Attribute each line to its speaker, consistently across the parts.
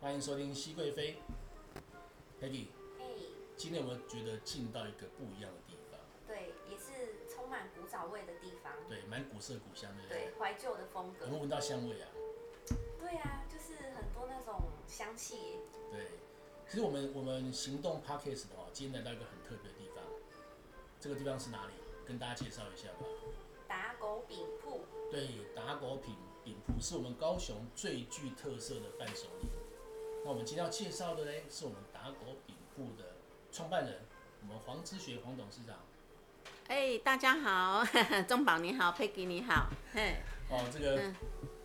Speaker 1: 欢迎收听熹贵妃，Peggy。
Speaker 2: 哎，
Speaker 1: 今天我们觉得进到一个不一样的地方，
Speaker 2: 对，也是充满古早味的地方，
Speaker 1: 对，蛮古色古香的。
Speaker 2: 对，怀旧的风
Speaker 1: 有
Speaker 2: 格
Speaker 1: 没，有闻到香味啊？
Speaker 2: 对啊，就是很多那种香气，
Speaker 1: 对，其实我们我们行动 Parkes 的话，今天来到一个很特别的地方，这个地方是哪里？跟大家介绍一下吧。
Speaker 2: 打狗饼铺，
Speaker 1: 对，打狗饼饼铺是我们高雄最具特色的伴手礼。那我们今天要介绍的呢，是我们打狗饼铺的创办人，我们黄之学黄董事长。
Speaker 3: 哎、大家好， 中宝你好，Peggy 你好，嘿，
Speaker 1: 哦，这个
Speaker 3: 嗯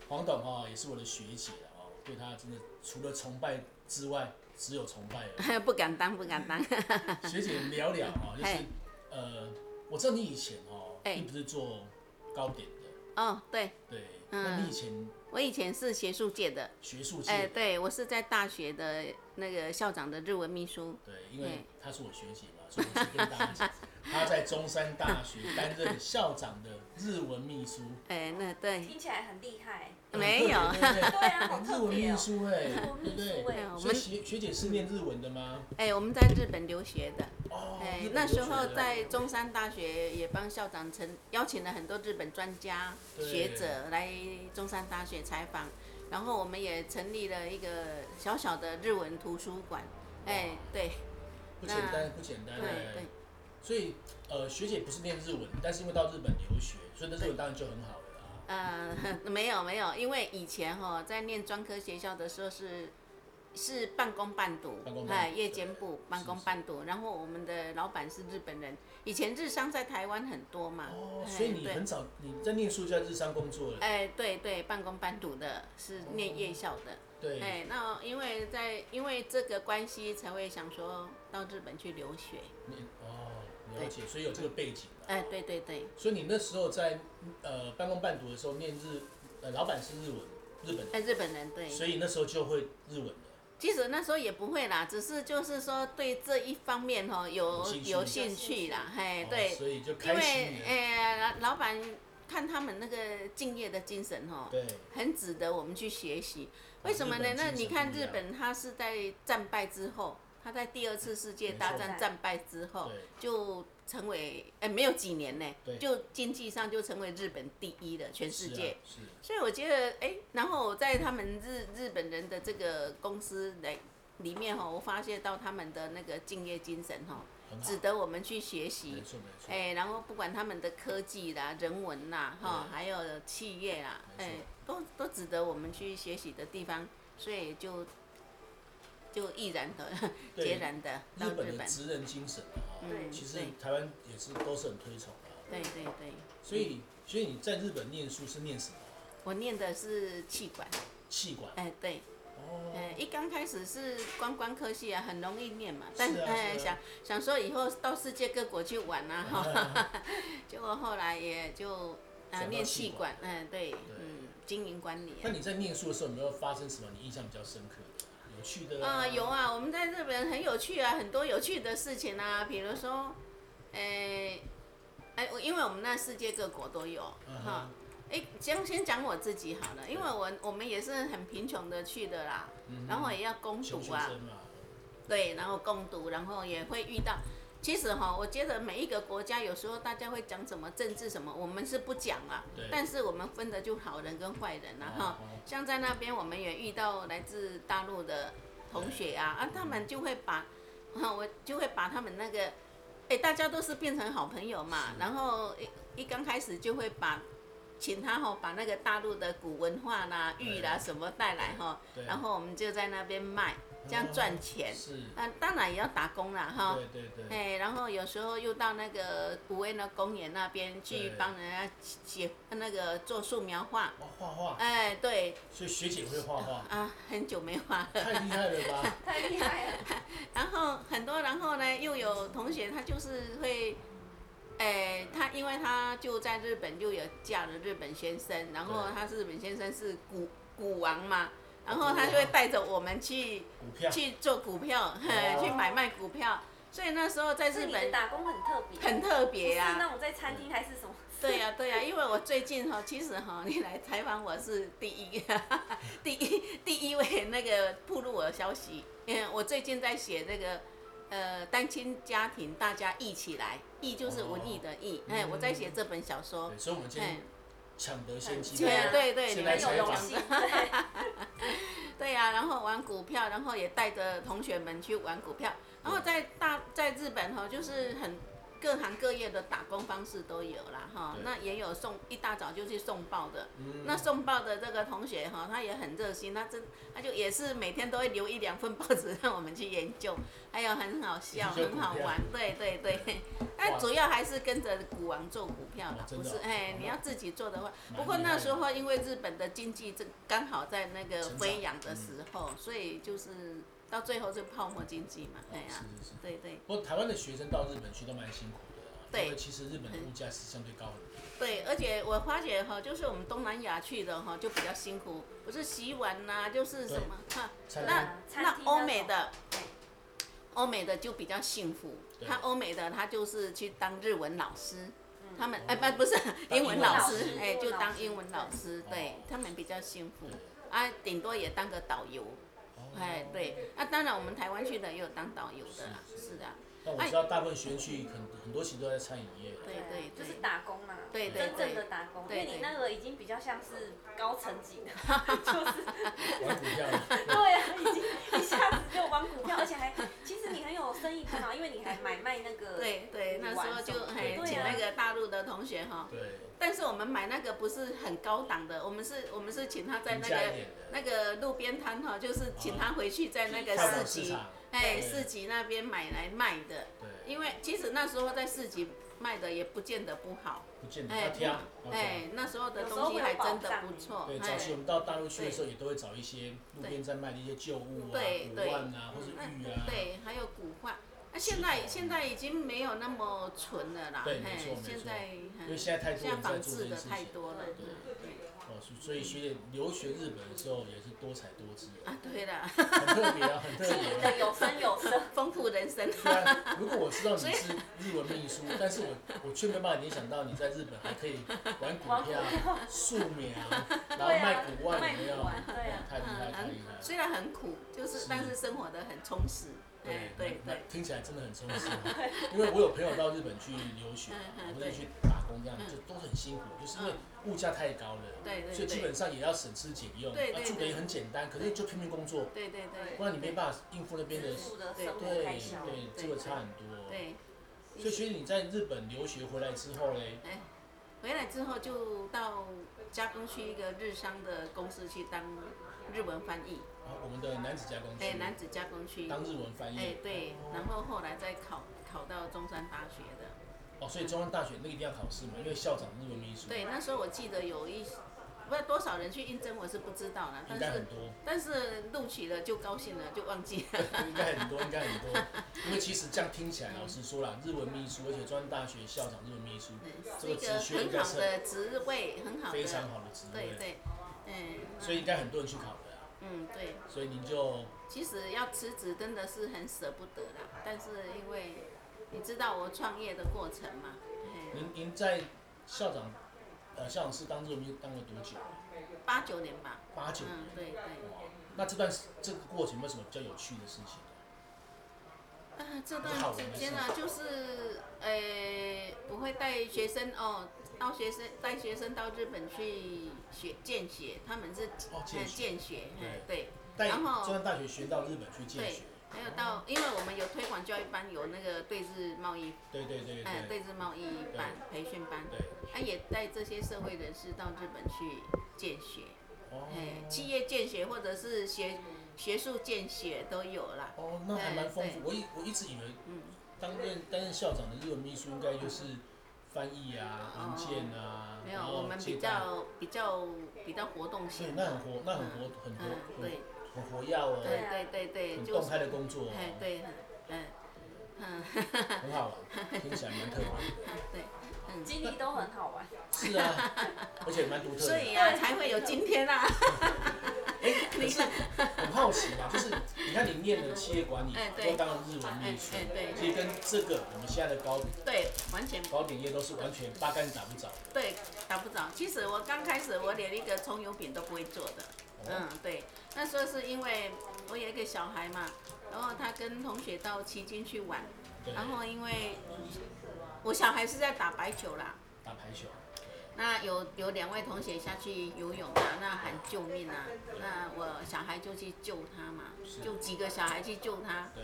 Speaker 1: 黄董哈、也是我的学姐了哦，我对她真的除了崇拜之外，只有崇拜了。
Speaker 3: 不敢当，不敢当。
Speaker 1: 学姐聊聊哈、啊就是
Speaker 3: 嘿
Speaker 1: 呃，我知道你以前哦，
Speaker 3: 哎
Speaker 1: 并不是做糕点的，
Speaker 3: 哦，对
Speaker 1: 对，
Speaker 3: 嗯
Speaker 1: 那你以前
Speaker 3: 我以前是学术界的，
Speaker 1: 学术界
Speaker 3: 哎、
Speaker 1: 的，
Speaker 3: 对我是在大学的那个校长的日文秘书，
Speaker 1: 对，因为
Speaker 3: 哎
Speaker 1: 她是我学姐嘛，所以我就跟大家 讲，她在中山大学担任校长的日文秘书，
Speaker 3: 哎、那对，
Speaker 2: 听起来很厉害，
Speaker 1: 很
Speaker 3: 没有
Speaker 1: 特别对不对
Speaker 2: 对啊，好
Speaker 1: 日
Speaker 2: 特
Speaker 1: 文
Speaker 2: 别
Speaker 1: 秘
Speaker 2: 哦，
Speaker 1: 书哎、
Speaker 2: 日文
Speaker 1: 对不
Speaker 2: 秘
Speaker 1: 对
Speaker 2: 书？哎
Speaker 3: 哎，我
Speaker 1: 所以
Speaker 3: 们
Speaker 1: 学学姐是念日文的吗？
Speaker 3: 哎、我们在日本留学的，
Speaker 1: 哦，
Speaker 3: 哎、
Speaker 1: 日本
Speaker 3: 那
Speaker 1: 留
Speaker 3: 时
Speaker 1: 学
Speaker 3: 候
Speaker 1: 的
Speaker 3: 在中山大学也帮校长成邀请了很多日本专家
Speaker 1: 对
Speaker 3: 学者来中山大学采访，然后我们也成立了一个小小的日文图书馆，哎、对
Speaker 1: 不简单，不简单。哎
Speaker 3: 对对。
Speaker 1: 所以呃，学姐不是念日文，但是因为到日本留学，所以那日文当然就很好了啊啦。
Speaker 3: 呃， 没有没有，因为以前哈、在念专科学校的时候是是半工半读
Speaker 1: 半工，半
Speaker 3: 哎，
Speaker 1: 读
Speaker 3: 夜
Speaker 1: 对
Speaker 3: 间部半
Speaker 1: 是
Speaker 3: 工
Speaker 1: 是
Speaker 3: 半读。然后我们的老板是日本人，以前日商在台湾很多嘛，
Speaker 1: 哦，
Speaker 3: 哎
Speaker 1: 所以你
Speaker 3: 对
Speaker 1: 很早你在念书就在日商工作了，
Speaker 3: 哎，对对，半工半读的是念夜校的，
Speaker 1: 对，
Speaker 3: 哎，那因为在因为这个关系才会想说到日本去留学，
Speaker 1: 你哦了解，所以有这个背景啦。
Speaker 3: 哎，对对对，
Speaker 1: 所以你那时候在呃半工半读的时候念日，呃老板是日文，日本
Speaker 3: 哎，日本人对
Speaker 1: 人，，所以那时候就会日文了。
Speaker 3: 其实那时候也不会啦，只是就是说对这一方面哦
Speaker 1: 有
Speaker 3: 有
Speaker 1: 兴趣
Speaker 3: 有兴趣啦，
Speaker 1: 哦
Speaker 3: 嘿，哎对，
Speaker 1: 所以就
Speaker 3: 因
Speaker 1: 开啊启
Speaker 3: 为
Speaker 1: 你的
Speaker 3: 呃老老板看他们那个敬业的精神哦，
Speaker 1: 对
Speaker 3: 很值得我们去学习。为什么呢？
Speaker 1: 日本精
Speaker 3: 那
Speaker 1: 神
Speaker 3: 你看
Speaker 1: 不一样
Speaker 3: 日本，他是在战败之后，他在第二次世界大
Speaker 1: 没
Speaker 2: 错
Speaker 3: 战战败之后
Speaker 1: 对，
Speaker 3: 就成为哎、没有几年呢
Speaker 1: 对，
Speaker 3: 就经济上就成为日本第一了，全世界。
Speaker 1: 是啊
Speaker 3: 所以我觉得，哎、然后我在他们日日本人的这个公司来里面哈、我发现到他们的那个敬业精神哈、
Speaker 1: 是很好
Speaker 3: 值，得我们去学
Speaker 1: 没
Speaker 3: 习。
Speaker 1: 错没错，
Speaker 3: 哎、然后不管他们的科技啦、人文啦，哈，
Speaker 1: 对
Speaker 3: 还有企业啦，
Speaker 1: 没
Speaker 3: 哎、
Speaker 1: 错
Speaker 3: 都都值得我们去学习的地方，所以就就毅然的、
Speaker 1: 对
Speaker 3: 截然的到
Speaker 1: 日
Speaker 3: 日
Speaker 1: 本
Speaker 3: 本哎
Speaker 1: 的，职人精神啊，
Speaker 2: 对
Speaker 1: 其实
Speaker 3: 对
Speaker 1: 台湾也是都是很推崇的啊。
Speaker 3: 对对对，
Speaker 1: 所以，所以你在日本念书是念什么？啊
Speaker 3: 我念的是气管，
Speaker 1: 气管。
Speaker 3: 哎、对。
Speaker 1: 哦，
Speaker 3: 呃，一刚开始是观光科系啊，很容易念嘛，但
Speaker 1: 是啊
Speaker 3: 哎、
Speaker 1: 是啊
Speaker 3: 想想说以后到世界各国去玩啊， 哈，结果后来也就
Speaker 1: 转
Speaker 3: 啊
Speaker 1: 到
Speaker 3: 念
Speaker 1: 气
Speaker 3: 气
Speaker 1: 管
Speaker 3: 管，嗯、对，嗯，经营管理、
Speaker 1: 那
Speaker 3: 啊。
Speaker 1: 你在念书的时候有没有发生什么你印象比较深刻的、有趣的
Speaker 3: 啊、有。啊，我们在日本很有趣啊，很多有趣的事情啊，比如说，呃，哎，我因为我们那世界各国都有，
Speaker 1: 嗯哼
Speaker 3: 哈、哎、先先讲我自己好了，因为我我们也是很贫穷的去的啦，
Speaker 1: 嗯
Speaker 3: 然后也要攻读
Speaker 1: 穷学
Speaker 3: 啊，
Speaker 1: 生嘛，
Speaker 3: 对，然后共读，然后也会遇到。其实哈、我觉得每一个国家有时候大家会讲什么政治什么，我们是不讲啊
Speaker 1: 对，
Speaker 3: 但是我们分的就好人跟坏人啊
Speaker 1: 哦
Speaker 3: 哈、
Speaker 1: 哦
Speaker 3: 像在那边我们也遇到来自大陆的同学啊，啊，他们就会把，啊我就会把他们那个，哎，大家都是变成好朋友嘛，
Speaker 1: 是
Speaker 3: 然后一一刚开始就会把。请他哈、把那个大陆的古文化啦、玉啦
Speaker 1: 对
Speaker 3: 什么带来哈、
Speaker 1: 对哦
Speaker 3: 然后我们就在那边卖，这样赚钱。
Speaker 1: 是，
Speaker 3: 啊，当然也要打工啦，哈。
Speaker 1: 对对对，
Speaker 3: 哎，然后有时候又到那个古威的公园那边去
Speaker 1: 对
Speaker 3: 帮人家写那个做素描画。
Speaker 1: 哇，画画，
Speaker 3: 哎，对
Speaker 1: 所以学姐会画画，
Speaker 3: 啊，很久没画了。
Speaker 1: 太厉害了吧？
Speaker 2: 太厉害了，
Speaker 3: 然后很多，然后呢，又有同学他就是会，哎，他因为他就在日本就有嫁了日本先生，然后
Speaker 1: 对
Speaker 3: 他日本先生是股股王嘛，然后
Speaker 1: 股王
Speaker 3: 他就会带着我们去
Speaker 1: 股票，哦
Speaker 3: 去做股票，嘿去买卖股票。所以那时候在
Speaker 2: 是
Speaker 3: 日
Speaker 2: 你的
Speaker 3: 本
Speaker 2: 打工很特别，
Speaker 3: 很特别
Speaker 2: 不是
Speaker 3: 呀、
Speaker 2: 那种在餐厅还是什么？
Speaker 3: 对呀、对呀、因为我最近哈、其实哈、 你来采访我是第一， 第一第一位那个暴露我的消息。 嗯，我最近在写那个呃单亲家庭，大家一起来，义就是文艺的义。哎、我在写这本小说。
Speaker 1: 对，所以我们今
Speaker 3: 哎
Speaker 1: 天，抢得先机
Speaker 2: 对
Speaker 1: 嘛
Speaker 2: 啊，
Speaker 3: 对对，
Speaker 1: 现在
Speaker 3: 你们
Speaker 2: 很
Speaker 1: 采
Speaker 2: 有
Speaker 1: 访
Speaker 2: 荣幸，对，
Speaker 3: 对呀、然后玩股票，然后也带着同学们去玩股票，然后在大在日本哈、哦就是很各行各业的打工方式都有啦哈、
Speaker 1: 对
Speaker 3: 那也有送一大早就去送报的，
Speaker 1: 嗯
Speaker 3: 那送报的这个同学哈、他也很热心，他真他就也是每天都会留一两份报纸让我们去研究，还有很好笑，
Speaker 1: 研究股
Speaker 3: 很好
Speaker 1: 票
Speaker 3: 玩，对对对。 但主要还是跟着股王做股票
Speaker 1: 哇
Speaker 3: 啦，
Speaker 1: 真
Speaker 3: 不
Speaker 1: 的
Speaker 3: 是
Speaker 1: 哦
Speaker 3: 哎
Speaker 1: 哦，
Speaker 3: 你要自己做的话，
Speaker 1: 蛮
Speaker 3: 不过
Speaker 1: 厉害
Speaker 3: 那
Speaker 1: 的
Speaker 3: 时候因为日本的经济正刚好在那个
Speaker 1: 成长
Speaker 3: 飞扬的时候，所以就是到最后就泡沫经济嘛，哎呀、
Speaker 1: 是是是。
Speaker 3: 对对
Speaker 1: 不过台湾的学生到日本去都蛮辛苦的啊，
Speaker 3: 对
Speaker 1: 因为其实日本的物价是相对高很多。
Speaker 3: 对，而且我发觉哈，就是我们东南亚去的哈就比较辛苦，不是洗碗呐、就是什么哈，
Speaker 1: 餐
Speaker 3: 那
Speaker 1: 厅
Speaker 2: 餐
Speaker 3: 那
Speaker 2: 厅
Speaker 3: 欧
Speaker 2: 那
Speaker 3: 美
Speaker 2: 种
Speaker 3: 的
Speaker 2: 对，
Speaker 3: 欧美的就比较幸福，
Speaker 1: 对
Speaker 3: 他欧美的他就是去当日文老师，
Speaker 2: 嗯
Speaker 3: 他们
Speaker 1: 哦
Speaker 3: 哎不不是
Speaker 1: 当
Speaker 3: 英
Speaker 1: 英文
Speaker 3: 文老
Speaker 1: 老
Speaker 3: 师
Speaker 1: 师，
Speaker 3: 哎
Speaker 2: 英文
Speaker 3: 就
Speaker 2: 老
Speaker 3: 当
Speaker 2: 师
Speaker 3: 英文老师，
Speaker 1: 对
Speaker 3: 对
Speaker 1: 哦嗯
Speaker 3: 他们比较幸福
Speaker 1: 对，
Speaker 3: 啊，顶多也当个导游，
Speaker 1: 哦
Speaker 3: 哎对，那当然我们台湾去的也有当导游的啦，
Speaker 1: 是是
Speaker 3: 是的，啊
Speaker 1: 但
Speaker 3: 哎
Speaker 1: 我知道大部分学生去很很多其实都在餐饮业了。
Speaker 3: 对对
Speaker 2: 就是
Speaker 3: 对
Speaker 2: 打工嘛，
Speaker 3: 对
Speaker 1: 对
Speaker 2: 真正的打工，因
Speaker 3: 对
Speaker 2: 为
Speaker 3: 对
Speaker 2: 你那个已经比较像是高层级的，
Speaker 1: 玩股票的，
Speaker 2: 对啊，已经一下子就玩股票，而且还其实你很有生意头脑，因为你还买卖那个，
Speaker 3: 对对，那时候就哎
Speaker 1: 对
Speaker 3: 请
Speaker 2: 啊
Speaker 3: 那个大陆的同学哈，
Speaker 1: 对，
Speaker 3: 但是我们买那个不是很高档的，我们是我们是请他在
Speaker 1: 平
Speaker 3: 那
Speaker 1: 价一
Speaker 3: 个
Speaker 1: 点的
Speaker 3: 那个路边摊哈，就是请他回去在那个
Speaker 1: 哦跳蚤
Speaker 3: 市
Speaker 1: 市
Speaker 3: 集，
Speaker 1: 场，
Speaker 3: 哎，
Speaker 1: 对
Speaker 3: 市集那边买来卖的。
Speaker 1: 对，
Speaker 3: 因为其实那时候在市集卖的也不见得不好，
Speaker 1: 不见得
Speaker 3: 哎
Speaker 1: 要挑，要挑。
Speaker 3: 哎，那时候的东西还真的不错
Speaker 1: 啊对，，早
Speaker 3: 哎
Speaker 1: 期，我们到大陆去的时候，也都会找一些路边在卖的一些旧物啊、
Speaker 3: 对
Speaker 1: 古
Speaker 3: 对
Speaker 1: 玩啊，或是玉啊，
Speaker 3: 对，还有古画。那现在现在已经没有那么纯了啦，
Speaker 1: 对
Speaker 3: 哎
Speaker 1: 没错没错
Speaker 3: 现在
Speaker 1: 因为
Speaker 3: 哎
Speaker 1: 现在太多
Speaker 3: 现在
Speaker 1: 人在
Speaker 3: 仿
Speaker 1: 做这
Speaker 3: 制
Speaker 1: 件
Speaker 3: 的
Speaker 1: 事
Speaker 3: 太
Speaker 1: 情。
Speaker 3: 多了，
Speaker 2: 对
Speaker 3: 对
Speaker 1: 哦，所以学 姐留学日本的时候也是多才多姿的，
Speaker 3: 啊，对了，
Speaker 1: 很特别啊，很特
Speaker 2: 经
Speaker 1: 别
Speaker 2: 营
Speaker 1: 啊。
Speaker 2: 的有声有色，
Speaker 3: 丰富人生。
Speaker 1: 对啊，如果我知道你是日文秘书，但是我我却没办法联想到你在日本还可以玩股
Speaker 2: 玩股
Speaker 1: 票、啊素描， 然后
Speaker 2: 对啊
Speaker 1: 卖古玩，
Speaker 2: 卖
Speaker 1: 有没有？
Speaker 2: 古玩对啊
Speaker 1: 哇太厉害，
Speaker 3: 嗯，
Speaker 1: 太
Speaker 3: 很
Speaker 1: 厉害了。
Speaker 3: 虽然很苦，就是
Speaker 1: 是
Speaker 3: 但是生活的很充实。哎，对
Speaker 1: 那
Speaker 3: 对，
Speaker 1: 听起来真的很充实啊。因为我有朋友到日本去留学
Speaker 3: 嗯，嗯
Speaker 1: 或者去打工，这样
Speaker 3: 嗯
Speaker 1: 就都很辛苦，就是因为物价太高了，
Speaker 3: 对对
Speaker 1: 所以基
Speaker 3: 对
Speaker 1: 本上也要省吃俭用，
Speaker 3: 对
Speaker 1: 啊
Speaker 3: 对
Speaker 1: 住的
Speaker 3: 对
Speaker 1: 也很简单，可是就拼命工作，
Speaker 3: 对对对，
Speaker 1: 不然你没办法应付那边的
Speaker 2: 自。助的
Speaker 3: 对
Speaker 2: 生活
Speaker 1: 对
Speaker 2: 开销，
Speaker 1: 对，啊这个差很多。
Speaker 3: 对。
Speaker 1: 所以学姐你在日本留学回来之后嘞，
Speaker 3: 哎，回来之后就到加工区一个日商的公司去当日文翻译，
Speaker 1: 啊，我们的男子加工区
Speaker 3: 哎，男子加工区，
Speaker 1: 当日文翻译，
Speaker 3: 哎对，然后后来再考考到中山大学的，
Speaker 1: 哦，所以中央大学那个一定要考试嘛，因为校长日文秘书，
Speaker 3: 对，那时候我记得有一不知道多少人去应征，我是不知道了，
Speaker 1: 应
Speaker 3: 但
Speaker 1: 该
Speaker 3: 是
Speaker 1: 很多，
Speaker 3: 但是录取了就高兴了，就忘记 了，
Speaker 1: 应该很多，应该很多，因为其实这样听起来，
Speaker 3: 嗯
Speaker 1: 老实说啦，日文秘书，而且中央大学校长日文秘书，这
Speaker 3: 是一
Speaker 1: 个职
Speaker 3: 个
Speaker 1: 缺应
Speaker 3: 很
Speaker 1: 该
Speaker 3: 好
Speaker 1: 是
Speaker 3: 的职位，很好的，
Speaker 1: 非常好的职
Speaker 3: 对
Speaker 1: 位，啊
Speaker 3: 对，嗯，
Speaker 1: 所以应该很多人去考的啊，
Speaker 3: 嗯对。
Speaker 1: 所以您就
Speaker 3: 其实要辞职真的是很舍不得啦，但是因为你知道我创业的过程嘛，哎
Speaker 1: 您您在校长呃校长室当日文秘书当了多久啊？
Speaker 3: 八九年吧，
Speaker 1: 八九
Speaker 3: 嗯，
Speaker 1: 年，
Speaker 3: 对对，
Speaker 1: 哇，那这段这个过程有没有什么比较有趣的事情？
Speaker 3: 啊，这段时间呢、就是呃，我会带学生哦，到学生带学生到日本去学见学，他们是
Speaker 1: 哦，
Speaker 3: 呃
Speaker 1: 见学，
Speaker 3: 见学，哎对，
Speaker 1: 带
Speaker 3: 然后
Speaker 1: 中央大学学到日本去见
Speaker 3: 对
Speaker 1: 学，
Speaker 3: 还有到，因为我们有推广教育班，有那个对日贸易，
Speaker 1: 对对对
Speaker 3: 哎、
Speaker 1: 对
Speaker 3: 对日贸易班培训班，
Speaker 1: 对，
Speaker 3: 啊，也带这些社会人士到日本去见学。
Speaker 1: 哦
Speaker 3: 哎，企业见血或者是学学术见血都有啦。
Speaker 1: 哦，那还蛮丰富
Speaker 3: 哎对。
Speaker 1: 我一我一直以为
Speaker 3: 嗯，
Speaker 1: 担任担任校长的日文秘书应该就是翻译啊、文件啊，
Speaker 3: 哦没有，
Speaker 1: 然
Speaker 3: 我
Speaker 1: 后
Speaker 3: 们
Speaker 1: 接
Speaker 3: 比
Speaker 1: 待。
Speaker 3: 较比较比较活动
Speaker 1: 对，
Speaker 3: 性
Speaker 1: 那
Speaker 3: 的。
Speaker 1: 很活，那很活，很活
Speaker 3: 嗯，，对
Speaker 1: 很很活跃哦，
Speaker 2: 对
Speaker 3: 对对对
Speaker 1: 很
Speaker 3: 对，就
Speaker 1: 动
Speaker 3: 是
Speaker 1: 态的工作
Speaker 3: 哎
Speaker 1: 哦，
Speaker 3: 对，很嗯嗯
Speaker 1: 很好玩，听起来蛮特别的。
Speaker 3: 对嗯，
Speaker 2: 经历都很好玩，
Speaker 1: 是啊，而且蛮独特
Speaker 3: 所
Speaker 1: 的。
Speaker 3: 以啊才会有今天啊。
Speaker 1: 哎，可是很好奇啊，就是你看你念的企业管理嘛
Speaker 3: 哎，对
Speaker 1: 就当然日文秘书
Speaker 3: 哎哎，对
Speaker 1: 其实跟这个我们现在的糕
Speaker 3: 对，完全
Speaker 1: 糕点业都是完全八竿子打不着的。
Speaker 3: 对，打不着。其实我刚开始我连一个葱油饼都不会做的，嗯
Speaker 1: 哦，，
Speaker 3: 对，那时候是因为我有一个小孩嘛，然后他跟同学到旗津去玩，
Speaker 1: 对，
Speaker 3: 然后因为我小孩是在打白球啦，
Speaker 1: 打排球，
Speaker 3: 那有有两位同学下去游泳啊，那喊救命啊，那我小孩就去救他嘛，
Speaker 1: 是
Speaker 3: 就几个小孩去救他，
Speaker 1: 对，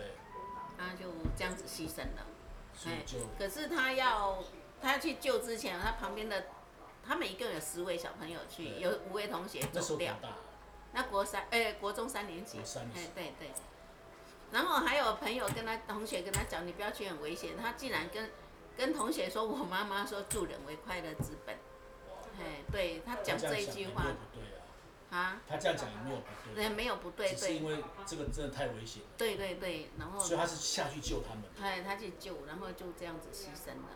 Speaker 3: 他就这样子牺牲了。
Speaker 1: 所以就
Speaker 3: 可是他要他去救之前，他旁边的他们一共有十位小朋友去，
Speaker 1: 对
Speaker 3: 有五位同学
Speaker 1: 那时
Speaker 3: 走
Speaker 1: 候多
Speaker 3: 掉。
Speaker 1: 大？
Speaker 3: 那国三，哎、国中三年级，
Speaker 1: 国三的时
Speaker 3: 哎
Speaker 1: 候，
Speaker 3: 对对。然后还有朋友跟他同学跟他讲，你不要去很危险。他竟然跟跟同学说，我妈妈说助人为快乐之本。哎，对他讲
Speaker 1: 他
Speaker 3: 这
Speaker 1: 样
Speaker 3: 一
Speaker 1: 想
Speaker 3: 句
Speaker 1: 也
Speaker 3: 话
Speaker 1: 没有不对啊，
Speaker 3: 啊，
Speaker 1: 他这样讲也没有不对，
Speaker 3: 人没有不对，
Speaker 1: 只是
Speaker 3: 对哦
Speaker 1: 因为这个真的太危险了，
Speaker 3: 对对对，然后
Speaker 1: 所以他是下去救他们。
Speaker 3: 哎，他去救，然后就这样子牺牲了。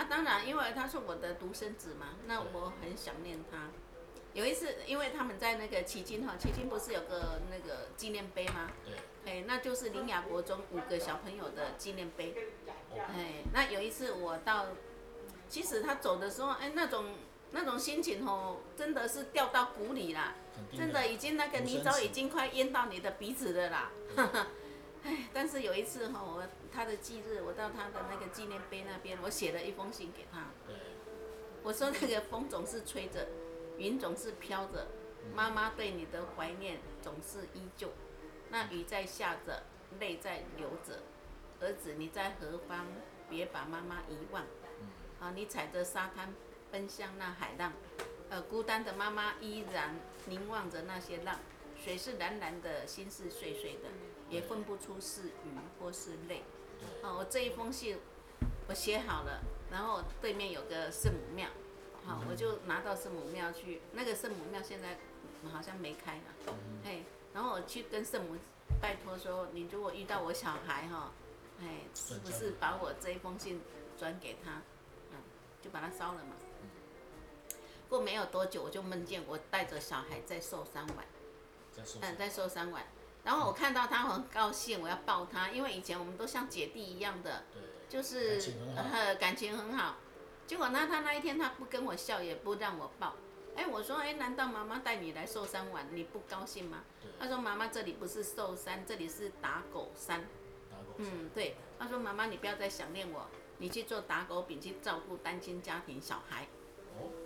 Speaker 3: 啊，当然，因为他是我的独生子嘛，那我很想念他。有一次，因为他们在那个旗津哈，旗津不是有个那个纪念碑吗？
Speaker 1: 对，
Speaker 3: 哎，那就是林雅国中五个小朋友的纪念碑。
Speaker 1: 哦，
Speaker 3: 哎，那有一次我到，其实他走的时候，哎，那种那种心情哦，真的是掉到谷里啦。
Speaker 1: 肯定
Speaker 3: 真的已经那个泥沼已经快淹到你的鼻子了啦。 哎，但是有一次哈、我他的忌日，我到他的那个纪念碑那边，我写了一封信给他，
Speaker 1: 对，
Speaker 3: 我说那个风总是吹着，云总是飘着，妈妈对你的怀念总是依旧，那雨在下着，泪在流着，儿子你在何方？别把妈妈遗忘。
Speaker 1: 嗯，
Speaker 3: 啊，你踩着沙滩奔向那海浪，呃，孤单的妈妈依然凝望着那些浪，水是蓝蓝的，心是碎碎的，也分不出是雨或是泪。
Speaker 1: 对，
Speaker 3: 啊，我这一封信我写好了，然后对面有个圣母庙，好、我就拿到圣母庙去，那个圣母庙现在好像没开了。
Speaker 1: 嗯
Speaker 3: 哎，然后我去跟圣母拜托说，你如果遇到我小孩哈，哎，是不是把我这一封信转给他？嗯，就把它烧了嘛。过没有多久，我就梦见我带着小孩在寿山玩，
Speaker 1: 再说
Speaker 3: 嗯，在寿山玩。然后我看到他，我很高兴，我要抱他，因为以前我们都像姐弟一样的，
Speaker 1: 对，
Speaker 3: 就是
Speaker 1: 感情很好
Speaker 3: 呃感情很好。结果呢，他那一天他不跟我笑，也不让我抱。哎，我说，哎，难道妈妈带你来寿山玩，你不高兴吗？他
Speaker 1: 对，
Speaker 3: 说：“妈妈，这里不是寿山，这里是打狗山。
Speaker 1: 打狗”嗯，
Speaker 3: 嗯，对。他说：“妈妈，你不要再想念我，你去做打狗饼，去照顾单亲家庭小孩。啊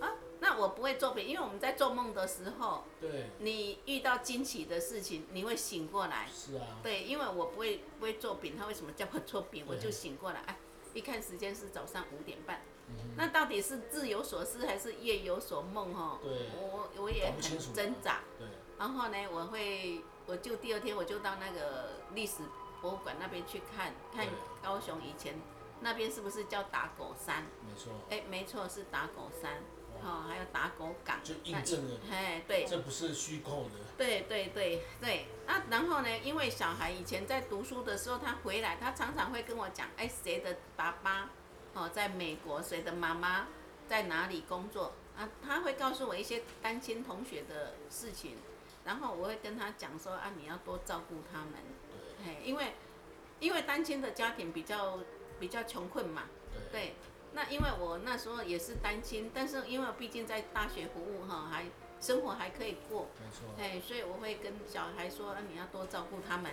Speaker 1: 哦，”
Speaker 3: 那我不会做饼，因为我们在做梦的时候，
Speaker 1: 对，
Speaker 3: 你遇到惊奇的事情，你会醒过来。
Speaker 1: 是啊，
Speaker 3: 对，因为我不会不会做饼，他为什么叫我做饼？我
Speaker 1: 对
Speaker 3: 就醒过来。哎，一看时间是早上五点半，
Speaker 1: 嗯
Speaker 3: 那到底是日有所思还是夜有所梦？哦，
Speaker 1: 对
Speaker 3: 我我也
Speaker 1: 搞不清
Speaker 3: 很
Speaker 1: 楚啊
Speaker 3: 挣扎。
Speaker 1: 对，
Speaker 3: 然后呢，我会，我就第二天我就到那个历史博物馆那边去看看
Speaker 1: 对
Speaker 3: 高雄以前那边是不是叫打狗山？
Speaker 1: 没错，
Speaker 3: 哎，没错，是打狗山，
Speaker 1: 哇
Speaker 3: 哦，还有打狗港，
Speaker 1: 就
Speaker 3: 那
Speaker 1: 印证了哦
Speaker 3: 哎，对，
Speaker 1: 这不是虚构的，
Speaker 3: 对对对对，那、然后呢？因为小孩以前在读书的时候，他回来，他常常会跟我讲，哎，谁的爸爸哦在美国，谁的妈妈在哪里工作啊？他会告诉我一些担心同学的事情，然后我会跟他讲说啊，你要多照顾他们，
Speaker 1: 对
Speaker 3: 哎，因为因为单亲的家庭比较比较穷困嘛，
Speaker 1: 对，
Speaker 3: 对，那因为我那时候也是单亲，但是因为毕竟在大学服务哈、还生活还可以过。
Speaker 1: 没错，
Speaker 3: 哎，所以我会跟小孩说，啊你要多照顾他们，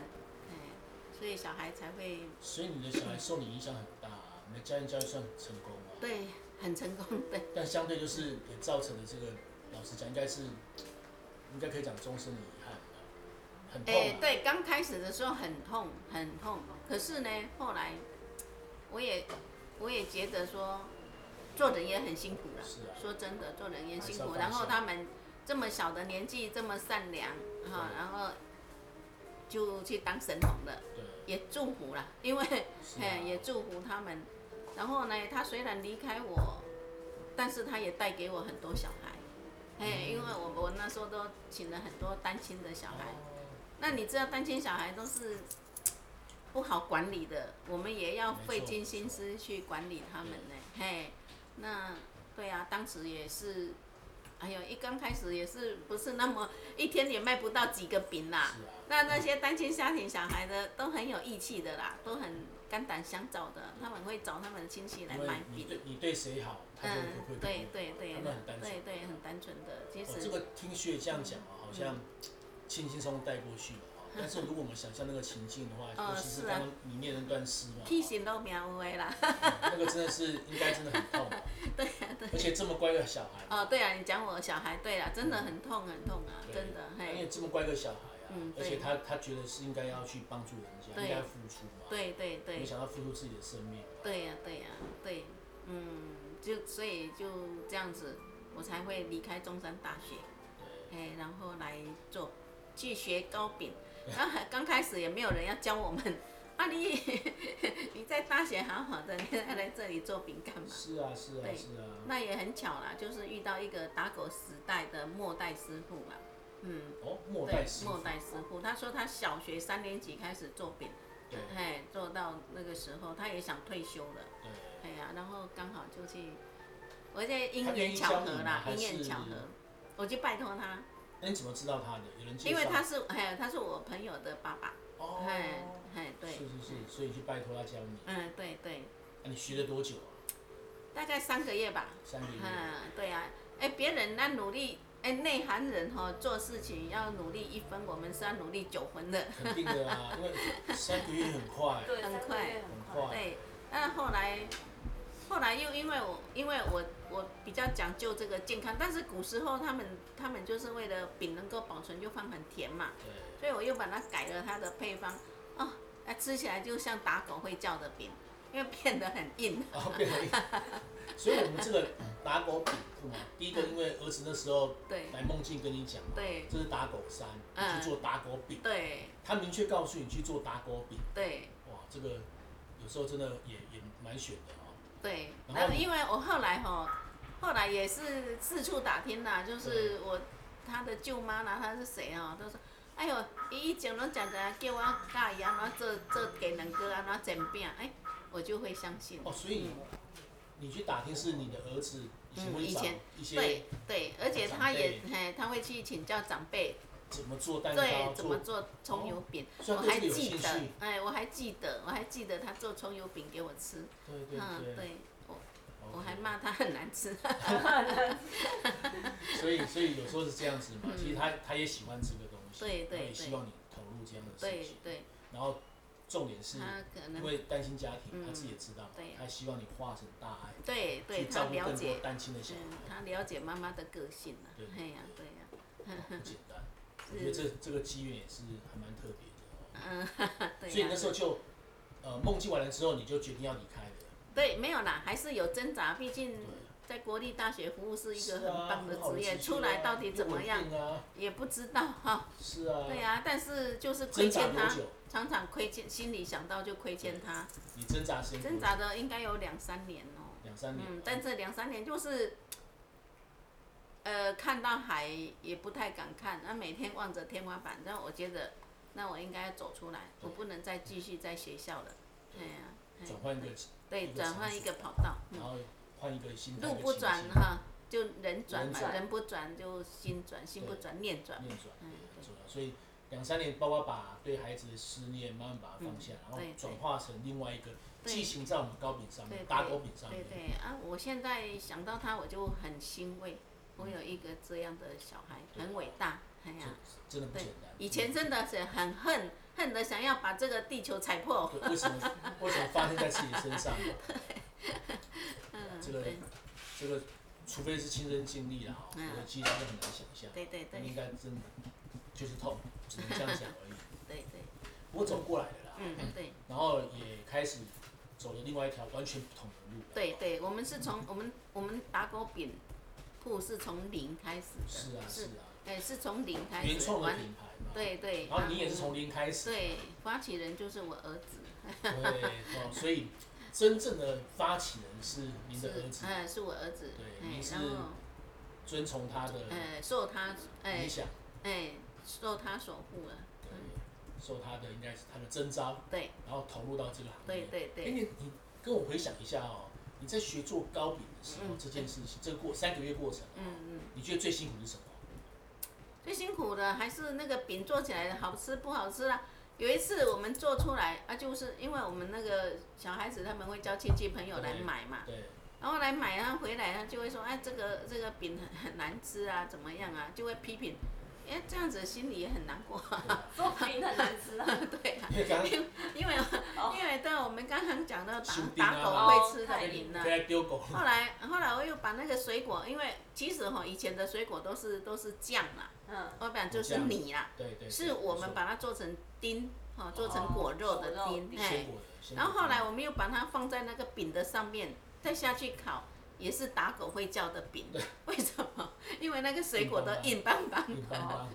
Speaker 3: 哎，所以小孩才会
Speaker 1: 所以你的小孩受你影响很大啊，你的家庭教育算很成功啊，
Speaker 3: 对很成功，对
Speaker 1: 但相对就是也造成了这个，老实讲应该是，应该可以讲终身的遗憾吧，很痛
Speaker 3: 哎
Speaker 1: 啊，
Speaker 3: 对，刚开始的时候很痛很痛，可是呢，后来我也我也觉得说，做人也很辛苦了。
Speaker 1: 是啊，
Speaker 3: 说真的，做人也辛
Speaker 1: 还是要
Speaker 3: 苦。
Speaker 1: 放
Speaker 3: 然后
Speaker 1: 下
Speaker 3: 他们这么小的年纪这么善良哈，
Speaker 1: 对
Speaker 3: 然后就去当神童了，
Speaker 1: 对，
Speaker 3: 也祝福了，因为。
Speaker 1: 是啊
Speaker 3: 哎，，也祝福他们。然后呢，他虽然离开我，但是他也带给我很多小孩。哎，因为我我那时候都请了很多单亲的小孩。
Speaker 1: 哦
Speaker 3: 那你知道单亲小孩都是嗯不好管理的，我们也要
Speaker 1: 没错
Speaker 3: 费尽心思去管理他们呢。嘿，那对啊，当时也是哎呦，一刚开始也是不是那么一天也卖不到几个饼啦。
Speaker 1: 是啊，
Speaker 3: 那那些单亲家庭小孩的都很有义气的啦，都很肝胆相照的，他们会找他们的亲戚来
Speaker 1: 因为
Speaker 3: 买
Speaker 1: 你
Speaker 3: 饼。
Speaker 1: 对你对谁好，他就
Speaker 3: 嗯
Speaker 1: 会，对
Speaker 3: 对对对
Speaker 1: 他们很单纯
Speaker 3: 对对，嗯很单纯的。其
Speaker 1: 哦，这
Speaker 3: 实
Speaker 1: 个听学这样讲啊，好像轻轻松松带过去了啊。 但是如果我们想象那个情境的话，
Speaker 3: 呃
Speaker 1: 尤其是
Speaker 3: 是啊
Speaker 1: 刚刚你念那段诗嘛，哦
Speaker 3: 屁行都苗微啦。
Speaker 1: 那个真的是应该真的很痛 啊。对而且这么乖的小孩，
Speaker 3: 哦，对啊，你讲我小孩，对啊啦，真的很痛很痛啊，
Speaker 1: 对
Speaker 3: 真的，
Speaker 1: 因
Speaker 3: 嘿，
Speaker 1: 为这么乖的小孩啊
Speaker 3: 嗯，
Speaker 1: 而
Speaker 3: 对
Speaker 1: 且他他觉得是应该要去帮助人家，
Speaker 3: 对
Speaker 1: 应该要付出嘛。
Speaker 3: 对对对
Speaker 1: 没想到付出自己的生命。
Speaker 3: 对呀、对呀、啊对，嗯，就所以就这样子，我才会离开中山大学，
Speaker 1: 对
Speaker 3: 哎，然后来做去学糕饼。刚刚开始也没有人要教我们，啊你 你在大学好好的，你来来这里做饼干嘛？
Speaker 1: 是啊，是啊，
Speaker 3: 对
Speaker 1: 是啊。
Speaker 3: 那也很巧啦，就是遇到一个打狗时代的末代师傅嘛，嗯，
Speaker 1: 哦，末代
Speaker 3: 对，
Speaker 1: 师傅
Speaker 3: 末，代师傅，他说他小学三年级开始做饼，
Speaker 1: 对
Speaker 3: 哎，做到那个时候，他也想退休了，
Speaker 1: 对，
Speaker 3: 哎呀，然后刚好就去，我在因
Speaker 1: 他愿
Speaker 3: 缘
Speaker 1: 意
Speaker 3: 巧
Speaker 1: 教你
Speaker 3: 合
Speaker 1: 吗
Speaker 3: 啦，
Speaker 1: 还
Speaker 3: 因
Speaker 1: 是
Speaker 3: 缘巧合，我就拜托他，
Speaker 1: 那你怎么知道他的？有人介绍？
Speaker 3: 因为他是哎，他是我朋友的爸爸，
Speaker 1: 哦，
Speaker 3: 哎哎对，
Speaker 1: 是是是，所以去拜托他教你。
Speaker 3: 嗯对对，
Speaker 1: 啊你学了多久啊？
Speaker 3: 大概三个月吧，
Speaker 1: 三个月。
Speaker 3: 嗯对啊，哎别人那努力。哎，内行人哈、做事情要努力一分，我们是要努力九分的。
Speaker 1: 肯定的啊，因为三个月很 快，
Speaker 2: 对，
Speaker 3: 很
Speaker 2: 三个
Speaker 3: 快
Speaker 1: 很
Speaker 2: 月很
Speaker 1: 快
Speaker 2: 快，
Speaker 3: 对，但后来，后来又因为我因为我我比较讲究这个健康，但是古时候他们他们就是为了饼能够保存，就放很甜嘛，
Speaker 1: 对，
Speaker 3: 所以我又把它改了它的配方，哦，那吃起来就像打狗会叫的饼，因为变得很 硬。
Speaker 1: 然后变成一个，所以我们这个打狗饼是吗？第一个，
Speaker 3: 嗯
Speaker 1: 因为儿子那时候
Speaker 3: 对
Speaker 1: 来梦境跟你讲嘛，
Speaker 3: 对
Speaker 1: 这是打狗山，你
Speaker 3: 嗯
Speaker 1: 去做打狗饼，
Speaker 3: 对
Speaker 1: 他明确告诉你去做打狗饼，
Speaker 3: 对
Speaker 1: 哇，这个有时候真的也也蛮选的哦，
Speaker 3: 对，
Speaker 1: 然后
Speaker 3: 然后因为我后来哈、后来也是四处打听啦，就是我他的舅妈啦，他是谁啊、都说，哎哟，伊以前拢常常叫我教伊安怎做做鸡卵糕，安怎煎饼，哎，我就会相信。
Speaker 1: 哦，所以你去打听是你的儿子以前
Speaker 3: 嗯
Speaker 1: 会
Speaker 3: 以
Speaker 1: 找
Speaker 3: 前
Speaker 1: 一些
Speaker 3: 对对，而
Speaker 1: 哦
Speaker 3: 且他也嘿，他会去请教长辈，
Speaker 1: 怎么做蛋糕
Speaker 3: 对，怎
Speaker 1: 做哦
Speaker 3: 么，做葱油饼，
Speaker 1: 虽
Speaker 3: 我
Speaker 1: 然对
Speaker 3: 还
Speaker 1: 这个有
Speaker 3: 记
Speaker 1: 兴
Speaker 3: 得
Speaker 1: 趣，，
Speaker 3: 哎，我还记得，我还记得他做葱油饼给我吃，
Speaker 1: 对对
Speaker 3: 嗯，
Speaker 1: 对，
Speaker 3: 对我
Speaker 1: 哦
Speaker 3: 我还骂他很难吃，
Speaker 1: 所以，所以有时候是这样子嘛。其实他他也喜欢这个东西，
Speaker 3: 嗯对
Speaker 1: 他
Speaker 3: 对
Speaker 1: 也希望你投入这样的事
Speaker 3: 对
Speaker 1: 情。
Speaker 3: 对，
Speaker 1: 然后重点是，
Speaker 3: 他可能
Speaker 1: 因为单亲家庭，
Speaker 3: 嗯
Speaker 1: 他自己也知道嘛
Speaker 3: 对，
Speaker 1: 他希望你化成大爱，
Speaker 3: 对
Speaker 1: 去
Speaker 3: 对，他
Speaker 1: 照顾
Speaker 3: 了
Speaker 1: 更多
Speaker 3: 解，
Speaker 1: 单亲的小
Speaker 3: 嗯，
Speaker 1: 孩，
Speaker 3: 他了解妈妈的个性了、
Speaker 1: 对
Speaker 3: 嘿呀、对呀、
Speaker 1: 不简单。我觉得这这个机缘也是还蛮特别的
Speaker 3: 嗯，哈哈
Speaker 1: 哦。
Speaker 3: 对
Speaker 1: 所以
Speaker 3: 呀、
Speaker 1: 那时候就，呃，梦境完了之后，你就决定要离开了。
Speaker 3: 对，没有啦，还是有挣扎，毕竟
Speaker 1: 对，
Speaker 3: 在国立大学服务嗯是一
Speaker 1: 是
Speaker 3: 个
Speaker 1: 啊
Speaker 3: 很棒的
Speaker 1: 很好
Speaker 3: 职业，
Speaker 1: 职
Speaker 3: 出来
Speaker 1: 啊
Speaker 3: 到底
Speaker 1: 又
Speaker 3: 怎么
Speaker 1: 稳
Speaker 3: 样
Speaker 1: 定啊？
Speaker 3: 也不知道哈、
Speaker 1: 是啊，
Speaker 3: 对呀、但是就是
Speaker 1: 挣
Speaker 3: 亏
Speaker 1: 扎
Speaker 3: 欠
Speaker 1: 多
Speaker 3: 他，
Speaker 1: 久？
Speaker 3: 常常亏欠，心里想到就亏欠他，
Speaker 1: 你挣扎时间多
Speaker 3: 挣
Speaker 1: 久
Speaker 3: 扎的应该有两三年哦、
Speaker 1: 两三年
Speaker 3: 嗯
Speaker 1: 了，，
Speaker 3: 但这两三年就是，呃，看到海也不太敢看，那每天望着天花板，那我觉得，那我应该要走出来，我不能再继续在学校了。哎呀、哎
Speaker 1: 转换一个，一
Speaker 3: 对，
Speaker 1: 个
Speaker 3: 转
Speaker 1: 场
Speaker 3: 换
Speaker 1: 景
Speaker 3: 一个跑道，
Speaker 1: 然
Speaker 3: 嗯、
Speaker 1: 后换一个心态
Speaker 3: 路
Speaker 1: 的
Speaker 3: 不
Speaker 1: 情
Speaker 3: 转
Speaker 1: 境
Speaker 3: 哈，就人转嘛，
Speaker 1: 人
Speaker 3: 人
Speaker 1: 转
Speaker 3: 不转就心转，心不转念转。
Speaker 1: 念转
Speaker 3: 嗯
Speaker 1: 对很重要，所以两三年，包括把对孩子的思念慢慢把它放下，然后
Speaker 3: 对对
Speaker 1: 转化成另外一个
Speaker 3: 对
Speaker 1: 寄情在我们糕饼上面
Speaker 3: 对，
Speaker 1: 大糕饼上
Speaker 3: 对
Speaker 1: 面。
Speaker 3: 对啊，我现在想到他，我就很欣慰，我有一个这样的小孩，
Speaker 1: 对
Speaker 3: 很伟大。哎呀、
Speaker 1: 这真的不
Speaker 3: 对
Speaker 1: 简单。
Speaker 3: 以前真的是很恨，恨的想要把这个地球踩破。
Speaker 1: 对为什么为什么发生在自己身上？这个
Speaker 3: 对
Speaker 1: 这个，除非是亲身经历啦，
Speaker 3: 嗯
Speaker 1: 我其实都很难想象，
Speaker 3: 对对对
Speaker 1: 应该真的就是痛，只能这样讲而已。
Speaker 3: 对对，
Speaker 1: 我走过来的啦，
Speaker 3: 嗯对
Speaker 1: 然后也开始走了另外一条完全不同的路。
Speaker 3: 对对，我们是从我们我们打狗饼铺是从零开始的，
Speaker 1: 是啊是啊，
Speaker 3: 哎是从零开
Speaker 1: 原
Speaker 3: 始
Speaker 1: 创的
Speaker 3: 完，
Speaker 1: 品牌嘛。
Speaker 3: 对对，
Speaker 1: 然后你也是
Speaker 3: 啊
Speaker 1: 从零开始，
Speaker 3: 对发起人就是我儿子，
Speaker 1: 对哦，所以真正的发起人是您的
Speaker 3: 是
Speaker 1: 儿子，
Speaker 3: 哎是我儿子，
Speaker 1: 对
Speaker 3: 哎
Speaker 1: 你是呃
Speaker 3: 然后
Speaker 1: 遵从他的
Speaker 3: 哎受他
Speaker 1: 理
Speaker 3: 哎
Speaker 1: 想，
Speaker 3: 哎受他所护了，
Speaker 1: 对，受他的应该是他的征召，
Speaker 3: 对
Speaker 1: 然后投入到这个行
Speaker 3: 对
Speaker 1: 业。
Speaker 3: 对
Speaker 1: 哎，
Speaker 3: 对，
Speaker 1: 你你跟我回想一下哦，你在学做糕饼的时候，这件事情这个过三个月过程，
Speaker 3: 嗯嗯，
Speaker 1: 你觉得最辛苦是什么？
Speaker 3: 最辛苦的还是那个饼做起来的好吃不好吃啦、有一次我们做出来啊，就是因为我们那个小孩子他们会叫亲戚朋友来买嘛，
Speaker 1: 对，
Speaker 3: 然后来买，然后回来他就会说，哎，这个这个饼很很难吃啊，怎么样啊，就会批评，哎，这样子心里也很难过、
Speaker 2: 做饼很难吃啊。
Speaker 3: 对啊，
Speaker 1: 因为刚刚
Speaker 3: 因为
Speaker 2: 哦
Speaker 3: 因为对我们刚刚讲到打
Speaker 1: 新兵啊
Speaker 3: 打狗会吃的饼呢
Speaker 1: 回。来丢 狗
Speaker 3: 后来，后来我又把那个水果，因为其实哈、以前的水果都是都是酱啦，
Speaker 2: 嗯，
Speaker 3: 我讲就是
Speaker 1: 酱
Speaker 3: 米啊啦，
Speaker 1: 对对对，
Speaker 3: 是我们把它做成丁，哈、做成果肉的
Speaker 2: 哦果肉
Speaker 3: 丁，
Speaker 2: 丁
Speaker 1: 鲜
Speaker 3: 哎，
Speaker 1: 果的鲜果的
Speaker 3: 然后后来我们又把它放在那个饼的上面，再下去烤，也是打狗会叫的饼
Speaker 1: 对。
Speaker 3: 为什么？因为那个水果都硬邦邦。
Speaker 1: 硬邦 邦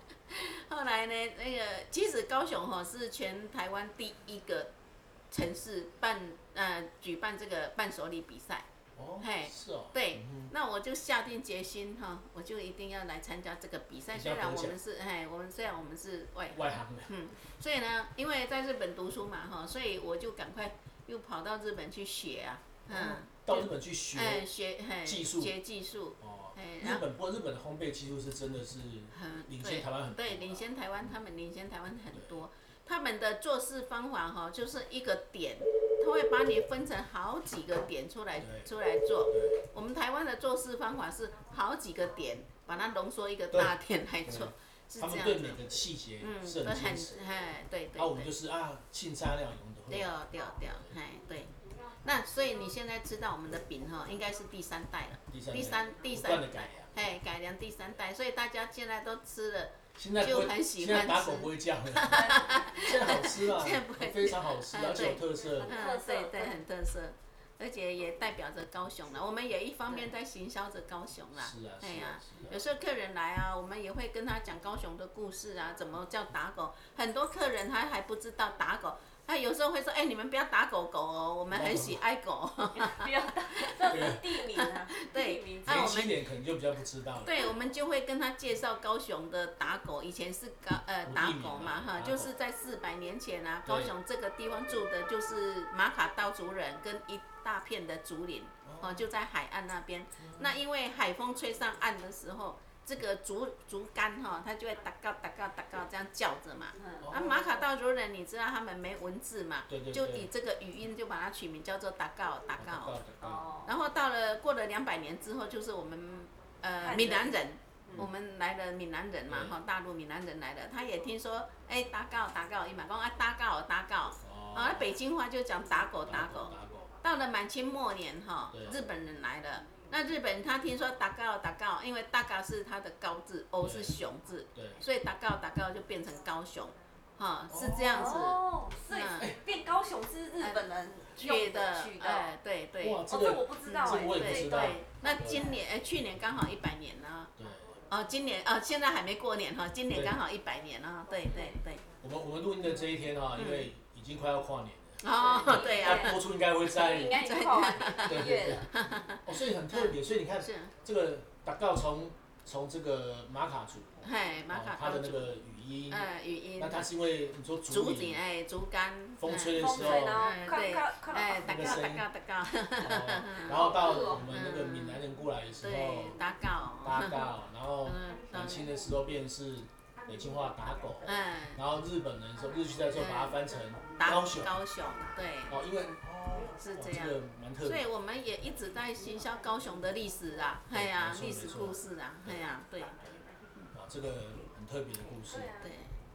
Speaker 3: 后来呢，那个其实高雄哈、是全台湾第一个城市办呃举办这个伴手礼比赛。
Speaker 1: 哦
Speaker 3: 嘿，
Speaker 1: 是哦，
Speaker 3: 对
Speaker 1: 嗯
Speaker 3: 那我就下定决心哈、我就一定要来参加这个比赛。
Speaker 1: 比较
Speaker 3: 虽然
Speaker 1: 得
Speaker 3: 我
Speaker 1: 奖
Speaker 3: 们是哎，我们虽然我们是外
Speaker 1: 外行的，
Speaker 3: 所以呢，因为在日本读书嘛，哈，所以我就赶快又跑到日本去学啊，嗯，
Speaker 1: 到日本去哦学
Speaker 3: 哎，学哎
Speaker 1: 技术
Speaker 3: 学技术，
Speaker 1: 哦，
Speaker 3: 哎，
Speaker 1: 日
Speaker 3: 然后
Speaker 1: 本不过日本的烘焙技术是真的是
Speaker 3: 很
Speaker 1: 领
Speaker 3: 对
Speaker 1: 先台湾很多
Speaker 3: 对，
Speaker 1: 啊
Speaker 3: 领先台湾，他们领先台湾很多，他们的做事方法哈，就是一个点，他会把你分成好几个点出来
Speaker 1: 对
Speaker 3: 出来做。
Speaker 1: 对
Speaker 3: 我们台湾的做事方法是好几个点，把它浓缩一个大点来做，是
Speaker 1: 他
Speaker 3: 这
Speaker 1: 们
Speaker 3: 样
Speaker 1: 对
Speaker 3: 子
Speaker 1: 每。个细节
Speaker 3: 嗯，
Speaker 1: 是
Speaker 3: 都
Speaker 1: 很
Speaker 3: 很
Speaker 1: 坚持，
Speaker 3: 哎，对对
Speaker 1: 然后我们就
Speaker 3: 对，
Speaker 1: 是啊，庆沙料用的
Speaker 3: 对
Speaker 1: 会，
Speaker 3: 哦对哦对哦，哎对。那所以你现在吃到我们的饼哈，应该是第三代了，
Speaker 1: 第三
Speaker 3: 第三第
Speaker 1: 不断
Speaker 3: 三
Speaker 1: 的改
Speaker 3: 代
Speaker 1: 良，
Speaker 3: 哎，改良第三代，所以大家现在都吃了，
Speaker 1: 现在
Speaker 3: 就
Speaker 1: 不会
Speaker 3: 很喜
Speaker 1: 现在
Speaker 3: 欢
Speaker 1: 打
Speaker 3: 吃
Speaker 1: 狗不会 叫了，现在好吃啊
Speaker 3: 现在不会，
Speaker 1: 非常好吃，
Speaker 3: 哎
Speaker 1: 而且有
Speaker 3: 对
Speaker 1: 特色
Speaker 2: 很，
Speaker 3: 嗯
Speaker 2: 特，色
Speaker 3: 对对，很特色，而且也代表着高雄了。我们也一方面在行销着高雄啦，
Speaker 1: 是啊
Speaker 3: 哎
Speaker 1: 是
Speaker 3: 呀、
Speaker 1: 啊是
Speaker 3: 有
Speaker 1: 啊，
Speaker 3: 时候客人来啊，我们也会跟他讲高雄的故事啊，怎么叫打狗。很多客人他还不知道打狗，他有时候会说：“哎、你们不要打狗狗哦，我们很喜爱狗。
Speaker 2: 不要打，这是地名啊，
Speaker 3: 对
Speaker 2: 地名
Speaker 3: 那
Speaker 1: 年
Speaker 3: 我
Speaker 2: 菜。
Speaker 3: 们，
Speaker 1: 轻点可能就比较不知道了”
Speaker 3: 对，我们就会跟他介绍高雄的打狗，以前是高呃
Speaker 1: 古地
Speaker 3: 打
Speaker 1: 名
Speaker 3: 狗
Speaker 1: 嘛
Speaker 3: 嘛哈，
Speaker 1: 打
Speaker 3: 就是
Speaker 1: 狗
Speaker 3: 在四百年前啊，
Speaker 1: 对
Speaker 3: 高雄这个地方住的就是马卡道族人跟一大片的竹林。哦，就在海岸那边。
Speaker 1: 嗯
Speaker 3: 那因为海风吹上岸的时候，这个竹竹竿哈、它就会哒嘎哒嘎哒嘎这样叫着嘛。
Speaker 2: 嗯，
Speaker 1: 哦
Speaker 3: 啊，马卡道族人，你知道他们没文字嘛，
Speaker 1: 对对
Speaker 3: 就
Speaker 1: 对
Speaker 3: 以这个语音就把它取名叫做达告达告。
Speaker 1: 哦，
Speaker 2: 哦，
Speaker 3: 然后到了过了两百年之后，就是我们呃
Speaker 2: 汉人
Speaker 3: 闽南人，
Speaker 2: 嗯
Speaker 3: 我们来了闽南人嘛
Speaker 1: 对
Speaker 3: 哈，大陆闽南人来了，他也听说哎达告达告，伊嘛讲啊达告达告，啊北京话就讲打狗打狗。
Speaker 1: 哦打狗，
Speaker 3: 到了满清末年哈
Speaker 1: 对，
Speaker 3: 日本人来了。那日本他听说达告达告，因为达告是他的高字，欧是雄字，
Speaker 1: 对，
Speaker 3: 所以达告达告就变成高雄，哈，是这样子
Speaker 2: 哦，所
Speaker 3: 嗯
Speaker 2: 以变高雄是日本人
Speaker 3: 取
Speaker 2: 用
Speaker 3: 呃的
Speaker 2: 的，取的。
Speaker 3: 哎
Speaker 2: 哦，，
Speaker 3: 对对
Speaker 1: 哇，
Speaker 2: 这
Speaker 1: 这个
Speaker 2: 我不知道
Speaker 1: 这
Speaker 2: 哎，
Speaker 1: 个我也不
Speaker 2: 这
Speaker 1: 知
Speaker 2: 一
Speaker 1: 道
Speaker 2: 段
Speaker 3: 对。那今年哎，去年刚好一百年了，
Speaker 1: 对，
Speaker 3: 哦，今年哦，现在还没过年哈，今年
Speaker 1: 对
Speaker 3: 刚好一百年了，对对对，
Speaker 1: 我们我们录音的这一天啊，因为已经快要跨年了，
Speaker 3: 嗯哦，对啊
Speaker 2: 对
Speaker 3: 呀，
Speaker 1: 那播出应该会 在
Speaker 2: 应该已经跨完
Speaker 1: 对
Speaker 2: 年一
Speaker 1: 对
Speaker 2: 月
Speaker 1: 对
Speaker 2: 了，，
Speaker 1: 哦，所以很特别，所以你看
Speaker 3: 是，
Speaker 1: 这个打告从从这个马卡族，
Speaker 3: 嘿，嗯马
Speaker 1: 哦
Speaker 3: 卡
Speaker 1: 它
Speaker 3: 高
Speaker 1: 的那
Speaker 3: 族，
Speaker 1: 个语音，
Speaker 3: 嗯，语音
Speaker 1: 那，它是因为你说
Speaker 3: 竹
Speaker 1: 竹
Speaker 3: 子
Speaker 1: 林，
Speaker 3: 哎，竹竿，
Speaker 1: 风
Speaker 3: 哎
Speaker 1: 吹的
Speaker 2: 风
Speaker 1: 时
Speaker 2: 吹
Speaker 1: 候
Speaker 2: 然，后
Speaker 3: 嗯
Speaker 2: 快
Speaker 3: 对
Speaker 2: 快快
Speaker 3: 哎，
Speaker 2: 快
Speaker 3: 打
Speaker 1: 那个
Speaker 3: 告打
Speaker 1: 声音
Speaker 3: 告打告，
Speaker 1: 哦然后到我们那个闽南人过来的时候
Speaker 3: 对，，打
Speaker 1: 哦打
Speaker 3: 稿，
Speaker 1: 告，然后
Speaker 3: 嗯，
Speaker 1: 满清的时候便是北京话打狗，
Speaker 3: 嗯，
Speaker 1: 然后日本人说日剧在做把它翻成
Speaker 3: 打
Speaker 1: 高雄，
Speaker 3: 高雄，对，
Speaker 1: 哦，因为哦
Speaker 3: 是
Speaker 1: 哇
Speaker 3: 这样
Speaker 1: 这个蛮特
Speaker 3: 所
Speaker 1: 别
Speaker 3: 以我们也一直在行销高雄的历史啊，
Speaker 1: 对
Speaker 3: 哎呀
Speaker 1: 没，错
Speaker 3: 历
Speaker 1: 没
Speaker 3: 史
Speaker 1: 错
Speaker 3: 故事啊，哎呀，对
Speaker 1: 啊，这个很特别的故事
Speaker 2: 对。啊
Speaker 3: 对，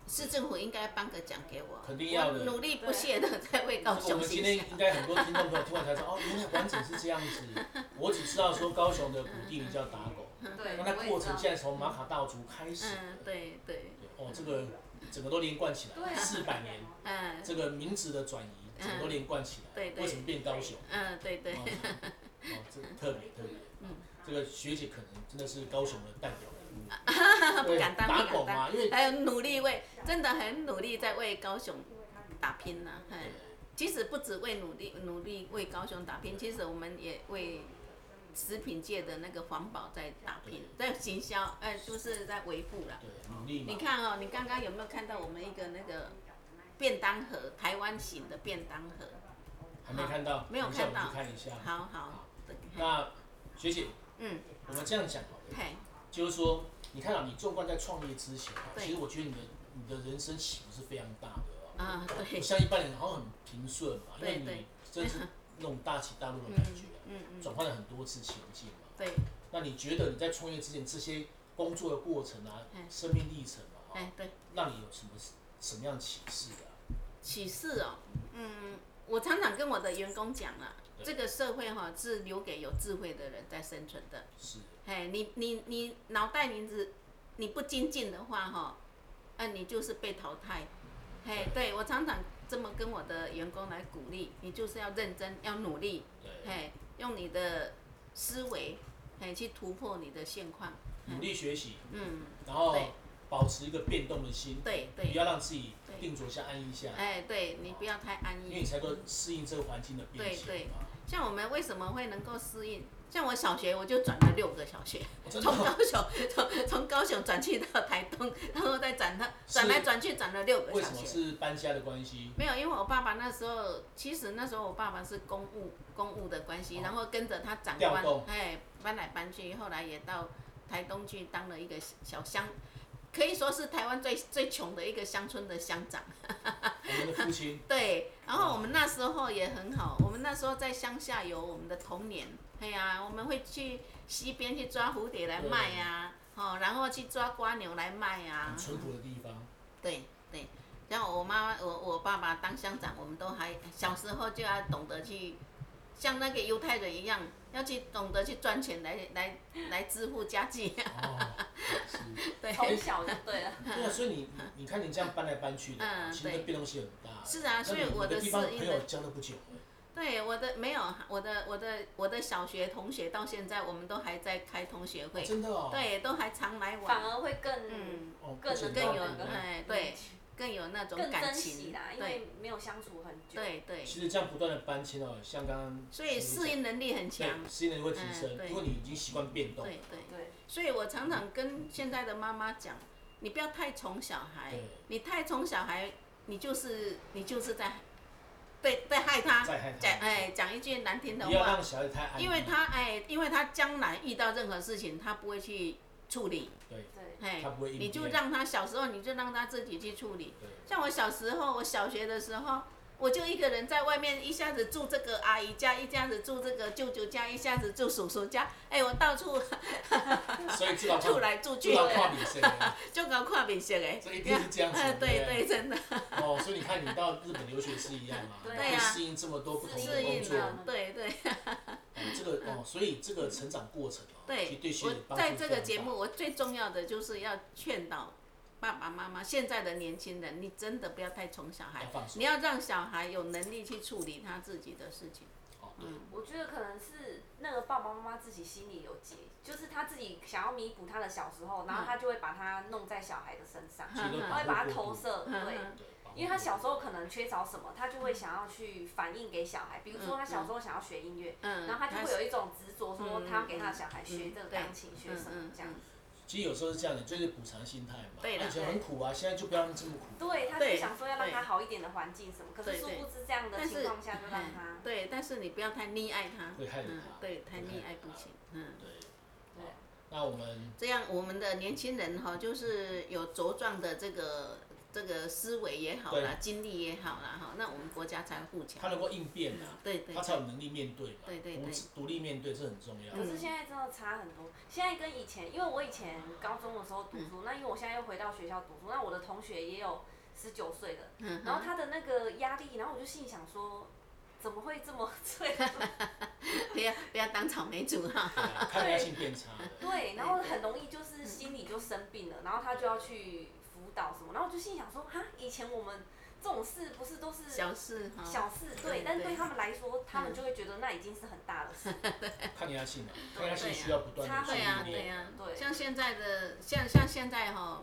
Speaker 3: 市政府应该颁个奖给我，
Speaker 1: 肯定要
Speaker 3: 我
Speaker 1: 的
Speaker 3: 努力不懈的在为高
Speaker 1: 我
Speaker 3: 哦雄啊
Speaker 1: 们今
Speaker 3: 行
Speaker 1: 天
Speaker 3: 销，
Speaker 1: 应该很多听众朋友听完才知道，哦，原来完整是这样子。我只知道说高雄的古地名叫打狗，
Speaker 2: 对，
Speaker 1: 那它
Speaker 2: 我也
Speaker 1: 过
Speaker 2: 知道
Speaker 1: 程现在从马卡道族开始，
Speaker 3: 嗯，对对，
Speaker 1: 对哦，这个整个都连贯起来，
Speaker 2: 对
Speaker 1: 四百年
Speaker 3: 嗯
Speaker 1: 这个名字的转移，整个都连贯起来，
Speaker 3: 对对
Speaker 1: 为什么变高雄？
Speaker 3: 嗯，对对
Speaker 1: 哦，，哦这特别特别，嗯，这个学姐可能真的是高雄的代表人物，
Speaker 3: 不
Speaker 1: 对
Speaker 3: 敢当
Speaker 1: 打
Speaker 3: 不
Speaker 1: 狗
Speaker 3: 敢当
Speaker 1: 嘛，因为
Speaker 3: 还有努力为，真的很努力在为高雄打拼呢、啊，哎。其实不止为努力努力为高雄打拼，其实我们也为食品界的那个环保在打拼，在行销，呃，就是在维护啦。
Speaker 1: 对努力
Speaker 3: 你
Speaker 1: 嘛，
Speaker 3: 看哦，你刚刚有没有看到我们一个那个便当盒，台湾型的便当盒？
Speaker 1: 还没看到，
Speaker 3: 没有
Speaker 1: 等一下我们
Speaker 3: 看到
Speaker 1: 去看一下。
Speaker 3: 好好，
Speaker 1: 那学姐，
Speaker 3: 嗯，
Speaker 1: 我们这样讲好了，
Speaker 3: 嘿，
Speaker 1: 就是说，你看啊，你纵观在创业之前啊，
Speaker 3: 对
Speaker 1: 其实我觉得你的你的人生起伏是非常大的、啊，
Speaker 3: 啊，对
Speaker 1: 不，像一般人好像很平顺嘛，因
Speaker 3: 对
Speaker 1: 为你
Speaker 3: 对
Speaker 1: 真是那种大起大落的
Speaker 3: 嗯
Speaker 1: 感觉啊、
Speaker 3: 嗯嗯，
Speaker 1: 转换了很多次情境嘛。
Speaker 3: 对，
Speaker 1: 那你觉得你在创业之前这些工作的过程啊，
Speaker 3: 嗯
Speaker 1: 生命历程啊，
Speaker 3: 哎，对。
Speaker 1: 让你有什么什么样的启示啊？
Speaker 3: 启示哦，嗯，我常常跟我的员工讲了，
Speaker 1: 对
Speaker 3: 这个社会哈、是留给有智慧的人在生存的。
Speaker 1: 是
Speaker 3: 哎，你你你脑袋你只你不精进的话哈、那你就是被淘汰。嘿，对我常常这么跟我的员工来鼓励，你就是要认真，要努力，
Speaker 1: 对，
Speaker 3: 嘿，用你的思维，嘿，去突破你的现况。
Speaker 1: 努力学习，
Speaker 3: 嗯，
Speaker 1: 然后
Speaker 3: 对
Speaker 1: 保持一个变动的心，
Speaker 3: 对
Speaker 1: 不
Speaker 3: 对，
Speaker 1: 要让自己
Speaker 3: 对
Speaker 1: 定着下、安逸下，
Speaker 3: 哎，对你不要太安
Speaker 1: 因
Speaker 3: 逸。
Speaker 1: 为你才能适应这个环境的变
Speaker 3: 对
Speaker 1: 迁
Speaker 3: 对
Speaker 1: 嘛。
Speaker 3: 像我们为什么会能够适应？像我小学我就转了六个小学，
Speaker 1: 哦真
Speaker 3: 从
Speaker 1: 的哦
Speaker 3: 高雄从从高雄转去到台东，然后再转到
Speaker 1: 是
Speaker 3: 转来转去转了六个
Speaker 1: 为
Speaker 3: 小
Speaker 1: 什么
Speaker 3: 学。
Speaker 1: 是搬家的关系？
Speaker 3: 没有，因为我爸爸那时候，其实那时候我爸爸是公务公务的关系，
Speaker 1: 哦
Speaker 3: 然后跟着他长
Speaker 1: 调
Speaker 3: 官
Speaker 1: 动，
Speaker 3: 哎，搬来搬去，后来也到台东去当了一个小乡，可以说是台湾最最穷的一个乡村的乡长。
Speaker 1: 我们的父 亲
Speaker 3: 对，然后我们那时候也很好，我们那时候在乡下有我们的童年，哎呀、我们会去溪边去抓蝴蝶来卖呀、哦，然后去抓瓜牛来卖呀、
Speaker 1: 很淳朴的地方，
Speaker 3: 对对，像我妈妈、我我爸爸当乡长，我们都还小时候就要懂得去，像那个犹太人一样，要去懂得去赚钱来来来支付家计。
Speaker 1: 哦，是，
Speaker 3: 对，
Speaker 2: 从小就对了，
Speaker 1: 对啊，所以你你你看你这样搬来搬去的，
Speaker 3: 嗯
Speaker 1: 其实
Speaker 3: 对
Speaker 1: 变动性很大。
Speaker 3: 是啊，所以
Speaker 1: 那你
Speaker 3: 我
Speaker 1: 你的
Speaker 3: 的
Speaker 1: 地
Speaker 3: 适
Speaker 1: 方
Speaker 3: 应
Speaker 1: 朋
Speaker 3: 的
Speaker 1: 友交了不久了，
Speaker 3: 对，我的没有，我的我的我的小学同学到现在，我们都还在开同学会，
Speaker 1: 真的哦，
Speaker 3: 对，都还常来
Speaker 2: 反
Speaker 3: 往，
Speaker 2: 而会更
Speaker 3: 嗯，
Speaker 1: 哦，
Speaker 2: 更
Speaker 1: 不简
Speaker 2: 能
Speaker 1: 单
Speaker 3: 更
Speaker 2: 够
Speaker 3: 有
Speaker 2: 那个
Speaker 3: 哎对更有那种
Speaker 2: 更
Speaker 3: 感
Speaker 2: 珍
Speaker 3: 情
Speaker 2: 惜啦，，因
Speaker 3: 对
Speaker 2: 为没有相处很久。
Speaker 3: 对对，
Speaker 1: 其实这样不断的搬迁哦，像刚刚
Speaker 3: 所以适应能力很强
Speaker 1: 对，适应能力会提
Speaker 3: 嗯
Speaker 1: 升，
Speaker 3: 对
Speaker 1: 因为你已经习惯变动了
Speaker 3: 对，对，
Speaker 2: 对，
Speaker 3: 所以我常常跟现在的妈妈讲，你不要太宠小孩
Speaker 1: 对，
Speaker 3: 你太宠小孩，你就是你就是在对对害他，
Speaker 1: 再害
Speaker 3: 讲
Speaker 1: 他，
Speaker 3: 哎讲一句难听的
Speaker 1: 不要
Speaker 3: 话，
Speaker 1: 让小孩太安逸，
Speaker 3: 因为他哎，因为他将来遇到任何事情，他不会去处理，
Speaker 1: 对，
Speaker 2: 对，
Speaker 3: 哎
Speaker 1: 他，不会应
Speaker 3: 你就
Speaker 1: 变
Speaker 3: 让他小时候你就让他自己去处理。
Speaker 1: 对
Speaker 3: 像我小时候，我小学的时候，我就一个人在外面，一下子住这个阿姨家，一下子住这个舅舅家，一下子住叔叔家，哎，我 到处
Speaker 1: 所以至 少
Speaker 3: 住来住
Speaker 1: 至
Speaker 3: 去
Speaker 1: 少
Speaker 3: 的，
Speaker 1: 跨女生了，
Speaker 3: 就搞跨美学哎。
Speaker 1: 所以一定是这样子
Speaker 3: 哎，，
Speaker 1: 对
Speaker 3: 对
Speaker 1: 不对
Speaker 3: 对，真的
Speaker 1: 哦，所以你看，你到日本留学是一样啊，
Speaker 2: 对
Speaker 1: 可以
Speaker 3: 啊
Speaker 1: 适应这么多不同
Speaker 3: 适
Speaker 1: 的工
Speaker 3: 应啊
Speaker 1: 作，
Speaker 3: 了，对对
Speaker 1: 哦这个哦，所以这个成长过程哦，其
Speaker 3: 对
Speaker 1: 实对学姐。
Speaker 3: 我
Speaker 1: 帮助
Speaker 3: 在这个
Speaker 1: 非
Speaker 3: 节
Speaker 1: 常
Speaker 3: 目，我最重要的就是要劝导爸爸妈妈，现在的年轻人，你真的不要太宠小
Speaker 1: 大
Speaker 3: 孩
Speaker 1: 要，放手
Speaker 3: 你要让小孩有能力去处理他自己的事情。
Speaker 1: 哦，
Speaker 2: 我觉得可能是那个爸爸妈妈自己心里有结，就是他自己想要弥补他的小时候，然后他就会把它弄在小孩的身上，
Speaker 1: 其实都
Speaker 2: 他会把它
Speaker 1: 保护
Speaker 2: 投
Speaker 1: 过度
Speaker 2: 射，对。
Speaker 3: 嗯
Speaker 1: 对，保护
Speaker 2: 因为他小时
Speaker 1: 过
Speaker 2: 候可能缺少什么，他就会想要去反映给小孩。比如说，他小时候想要学音乐，
Speaker 3: 嗯，
Speaker 2: 然后他就会有一种执着，说
Speaker 3: 嗯
Speaker 2: 他要给他的小孩学
Speaker 3: 嗯
Speaker 2: 这个
Speaker 3: 对
Speaker 2: 钢琴，学什
Speaker 3: 嗯
Speaker 2: 么
Speaker 3: 嗯
Speaker 2: 这样。
Speaker 1: 度其实有时候是这样的，就是补偿心态嘛，
Speaker 3: 对啦
Speaker 1: 以前很苦啊，现在就不要让这么苦，
Speaker 2: 对，他就
Speaker 3: 对
Speaker 2: 想说要让
Speaker 3: 对
Speaker 2: 他好一点的环境什么，可是
Speaker 3: 对
Speaker 2: 殊
Speaker 3: 对
Speaker 2: 不知这样的
Speaker 3: 但
Speaker 2: 情
Speaker 3: 是
Speaker 2: 况下就让他
Speaker 3: 嗯。对，但是你不要太溺爱他，
Speaker 1: 会害了
Speaker 3: 嗯
Speaker 1: 他，
Speaker 3: 对，太
Speaker 1: 会
Speaker 3: 溺
Speaker 1: 害啊
Speaker 3: 爱
Speaker 1: 了
Speaker 3: 不
Speaker 1: 他
Speaker 3: 行，嗯，
Speaker 1: 对，
Speaker 2: 对
Speaker 1: 好那我们
Speaker 3: 这样我们的年轻人哈，就是有茁壮的这个这个思维也好啦，经历也好啦哈，那我们国家才会富
Speaker 1: 他
Speaker 3: 强，
Speaker 1: 能够应变啊，
Speaker 3: 对嗯对
Speaker 1: 他才有能力面对嘛，
Speaker 3: 对对
Speaker 1: 独
Speaker 3: 对
Speaker 1: 自独立面对这很重
Speaker 3: 嗯
Speaker 1: 要，
Speaker 2: 可是现在真的差很多，现在跟以前，因为我以前高中的时候读
Speaker 3: 嗯
Speaker 2: 书，那因为我现在又回到学校读书，那我的同学也有十九岁的，
Speaker 3: 嗯
Speaker 2: 然后
Speaker 3: 哼，
Speaker 2: 他的那个压力，然后我就心里想说，怎么会这么 脆？
Speaker 3: 不要不要当草莓族哈，
Speaker 1: 对啊抗压性变差了，
Speaker 2: 对，然后很容易
Speaker 3: 嗯
Speaker 2: 就是心里就生病了，然后他就要去辅导什么，然后我就心里想说，哈，以前我们这种事不是都是
Speaker 3: 小事哈，
Speaker 2: 小事，对，
Speaker 3: 对
Speaker 2: 但是
Speaker 3: 对嗯
Speaker 2: 对他们来说，他们就会觉得那已经是很大的事，
Speaker 1: 抗压性嘛，抗压性
Speaker 3: 对啊
Speaker 1: 需要不断
Speaker 2: 差
Speaker 1: 的
Speaker 2: 很
Speaker 1: 去
Speaker 3: 对呀、
Speaker 2: 多
Speaker 1: 训
Speaker 3: 对啊
Speaker 1: 练，
Speaker 3: 呀、
Speaker 2: 对
Speaker 3: 像现在的像像现在哈、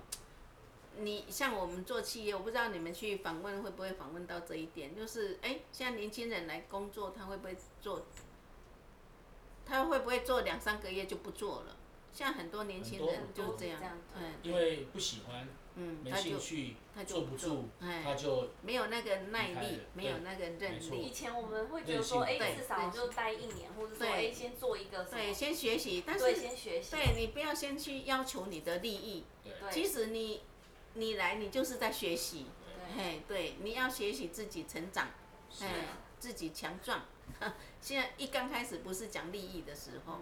Speaker 3: 你像我们做企业，我不知道你们去访问会不会访问到这一点，就是哎，现在年轻人来工作，他会不会做？他会不会做两三个月就不做了？像很多年轻
Speaker 1: 很多
Speaker 3: 人
Speaker 1: 很
Speaker 3: 哦就
Speaker 1: 多
Speaker 3: 这样
Speaker 2: 这样，
Speaker 3: 嗯
Speaker 1: 因为不喜欢、
Speaker 3: 嗯，
Speaker 1: 没
Speaker 3: 他
Speaker 1: 兴
Speaker 3: 就
Speaker 1: 趣、
Speaker 3: 他就
Speaker 1: 坐不
Speaker 3: 不
Speaker 1: 住，
Speaker 3: 哎
Speaker 1: 他就
Speaker 3: 没有那个耐
Speaker 1: 离开
Speaker 3: 力
Speaker 1: 了，
Speaker 3: 没有
Speaker 1: 对
Speaker 3: 那个
Speaker 1: 没
Speaker 3: 韧
Speaker 1: 错
Speaker 2: 以
Speaker 3: 力，
Speaker 2: 前我们会觉得说，
Speaker 1: 任
Speaker 2: 哎、
Speaker 1: 性
Speaker 2: 至少就待一年，或者说，
Speaker 3: 对
Speaker 2: 哎、先做一个什么，
Speaker 3: 对，先学习，但
Speaker 2: 对，
Speaker 3: 是
Speaker 2: 先学习，
Speaker 3: 对你不要先去要求你的利益，
Speaker 1: 对
Speaker 2: 对
Speaker 3: 其实你你来你就是在学习，
Speaker 2: 对
Speaker 3: 嘿，对，你要学习自己成长，
Speaker 1: 是啊
Speaker 3: 哎，自己强壮。 现在一刚开始不是讲利益的时候，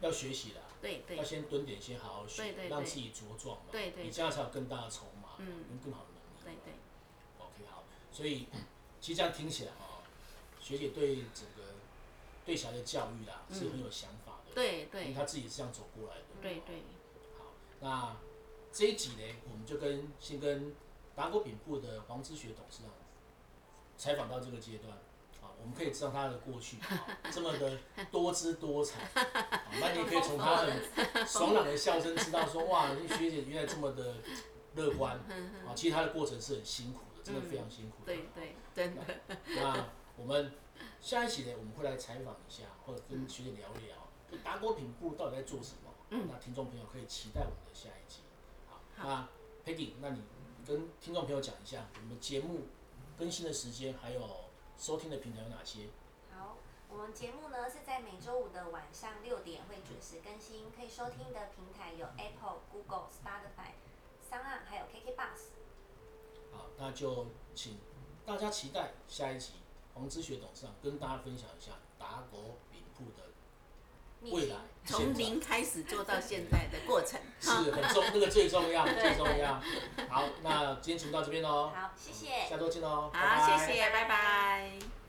Speaker 1: 要学习啦。
Speaker 3: 对对
Speaker 1: 要先蹲点，先好好学，
Speaker 3: 对对对
Speaker 1: 让自己茁壮嘛，
Speaker 3: 对对
Speaker 1: 你这样才有更大的筹码，
Speaker 3: 嗯
Speaker 1: 跟更好的能力。
Speaker 3: 对对，
Speaker 1: OK，好，所以其实这样听起来哈、学姐对整个对小孩的教育啦、是很有想法的，
Speaker 3: 嗯对
Speaker 1: 因为
Speaker 3: 对
Speaker 1: 她自己是这样走过来的。
Speaker 3: 对对，
Speaker 1: 好，那这一集呢，我们就跟先跟达国饼铺的黄之学董事长采访到这个阶段。啊，我们可以知道他的过去，啊，这么的多姿多彩，啊，那你也可以从他 很爽朗的笑声知道说，哇，学姐原来这么的乐观，啊，其实他的过程是很辛苦的，真的非常辛苦的。
Speaker 3: 对对，真的，
Speaker 1: 那我们下一期呢，我们会来采访一下，或者跟学姐聊一聊，就达国品部到底在做什么。嗯，那听众朋友可以期待我们的下一集。好，那 Peggy，那你跟听众朋友讲一下，我们节目更新的时间，还有收听的平台有哪些？
Speaker 2: 好，我们节目呢是在每周五的晚上六点会准时更新，可以收听的平台有 Apple、Google、Spotify、三岸还有 KKBox。
Speaker 1: 好，那就请大家期待下一集黄之学董事长跟大家分享一下达国饼铺的
Speaker 2: 秘
Speaker 1: 未
Speaker 2: 辛
Speaker 1: 来
Speaker 3: 从
Speaker 1: 现状
Speaker 3: 零开始做到现在的过程。
Speaker 1: 是很重，那个最重要，
Speaker 2: 对
Speaker 1: 最重要。好，那今天节目到这边喽。哦
Speaker 2: 好，谢谢。
Speaker 1: 下周见喽，拜哦
Speaker 3: 好，
Speaker 1: 拜
Speaker 3: 谢谢，拜拜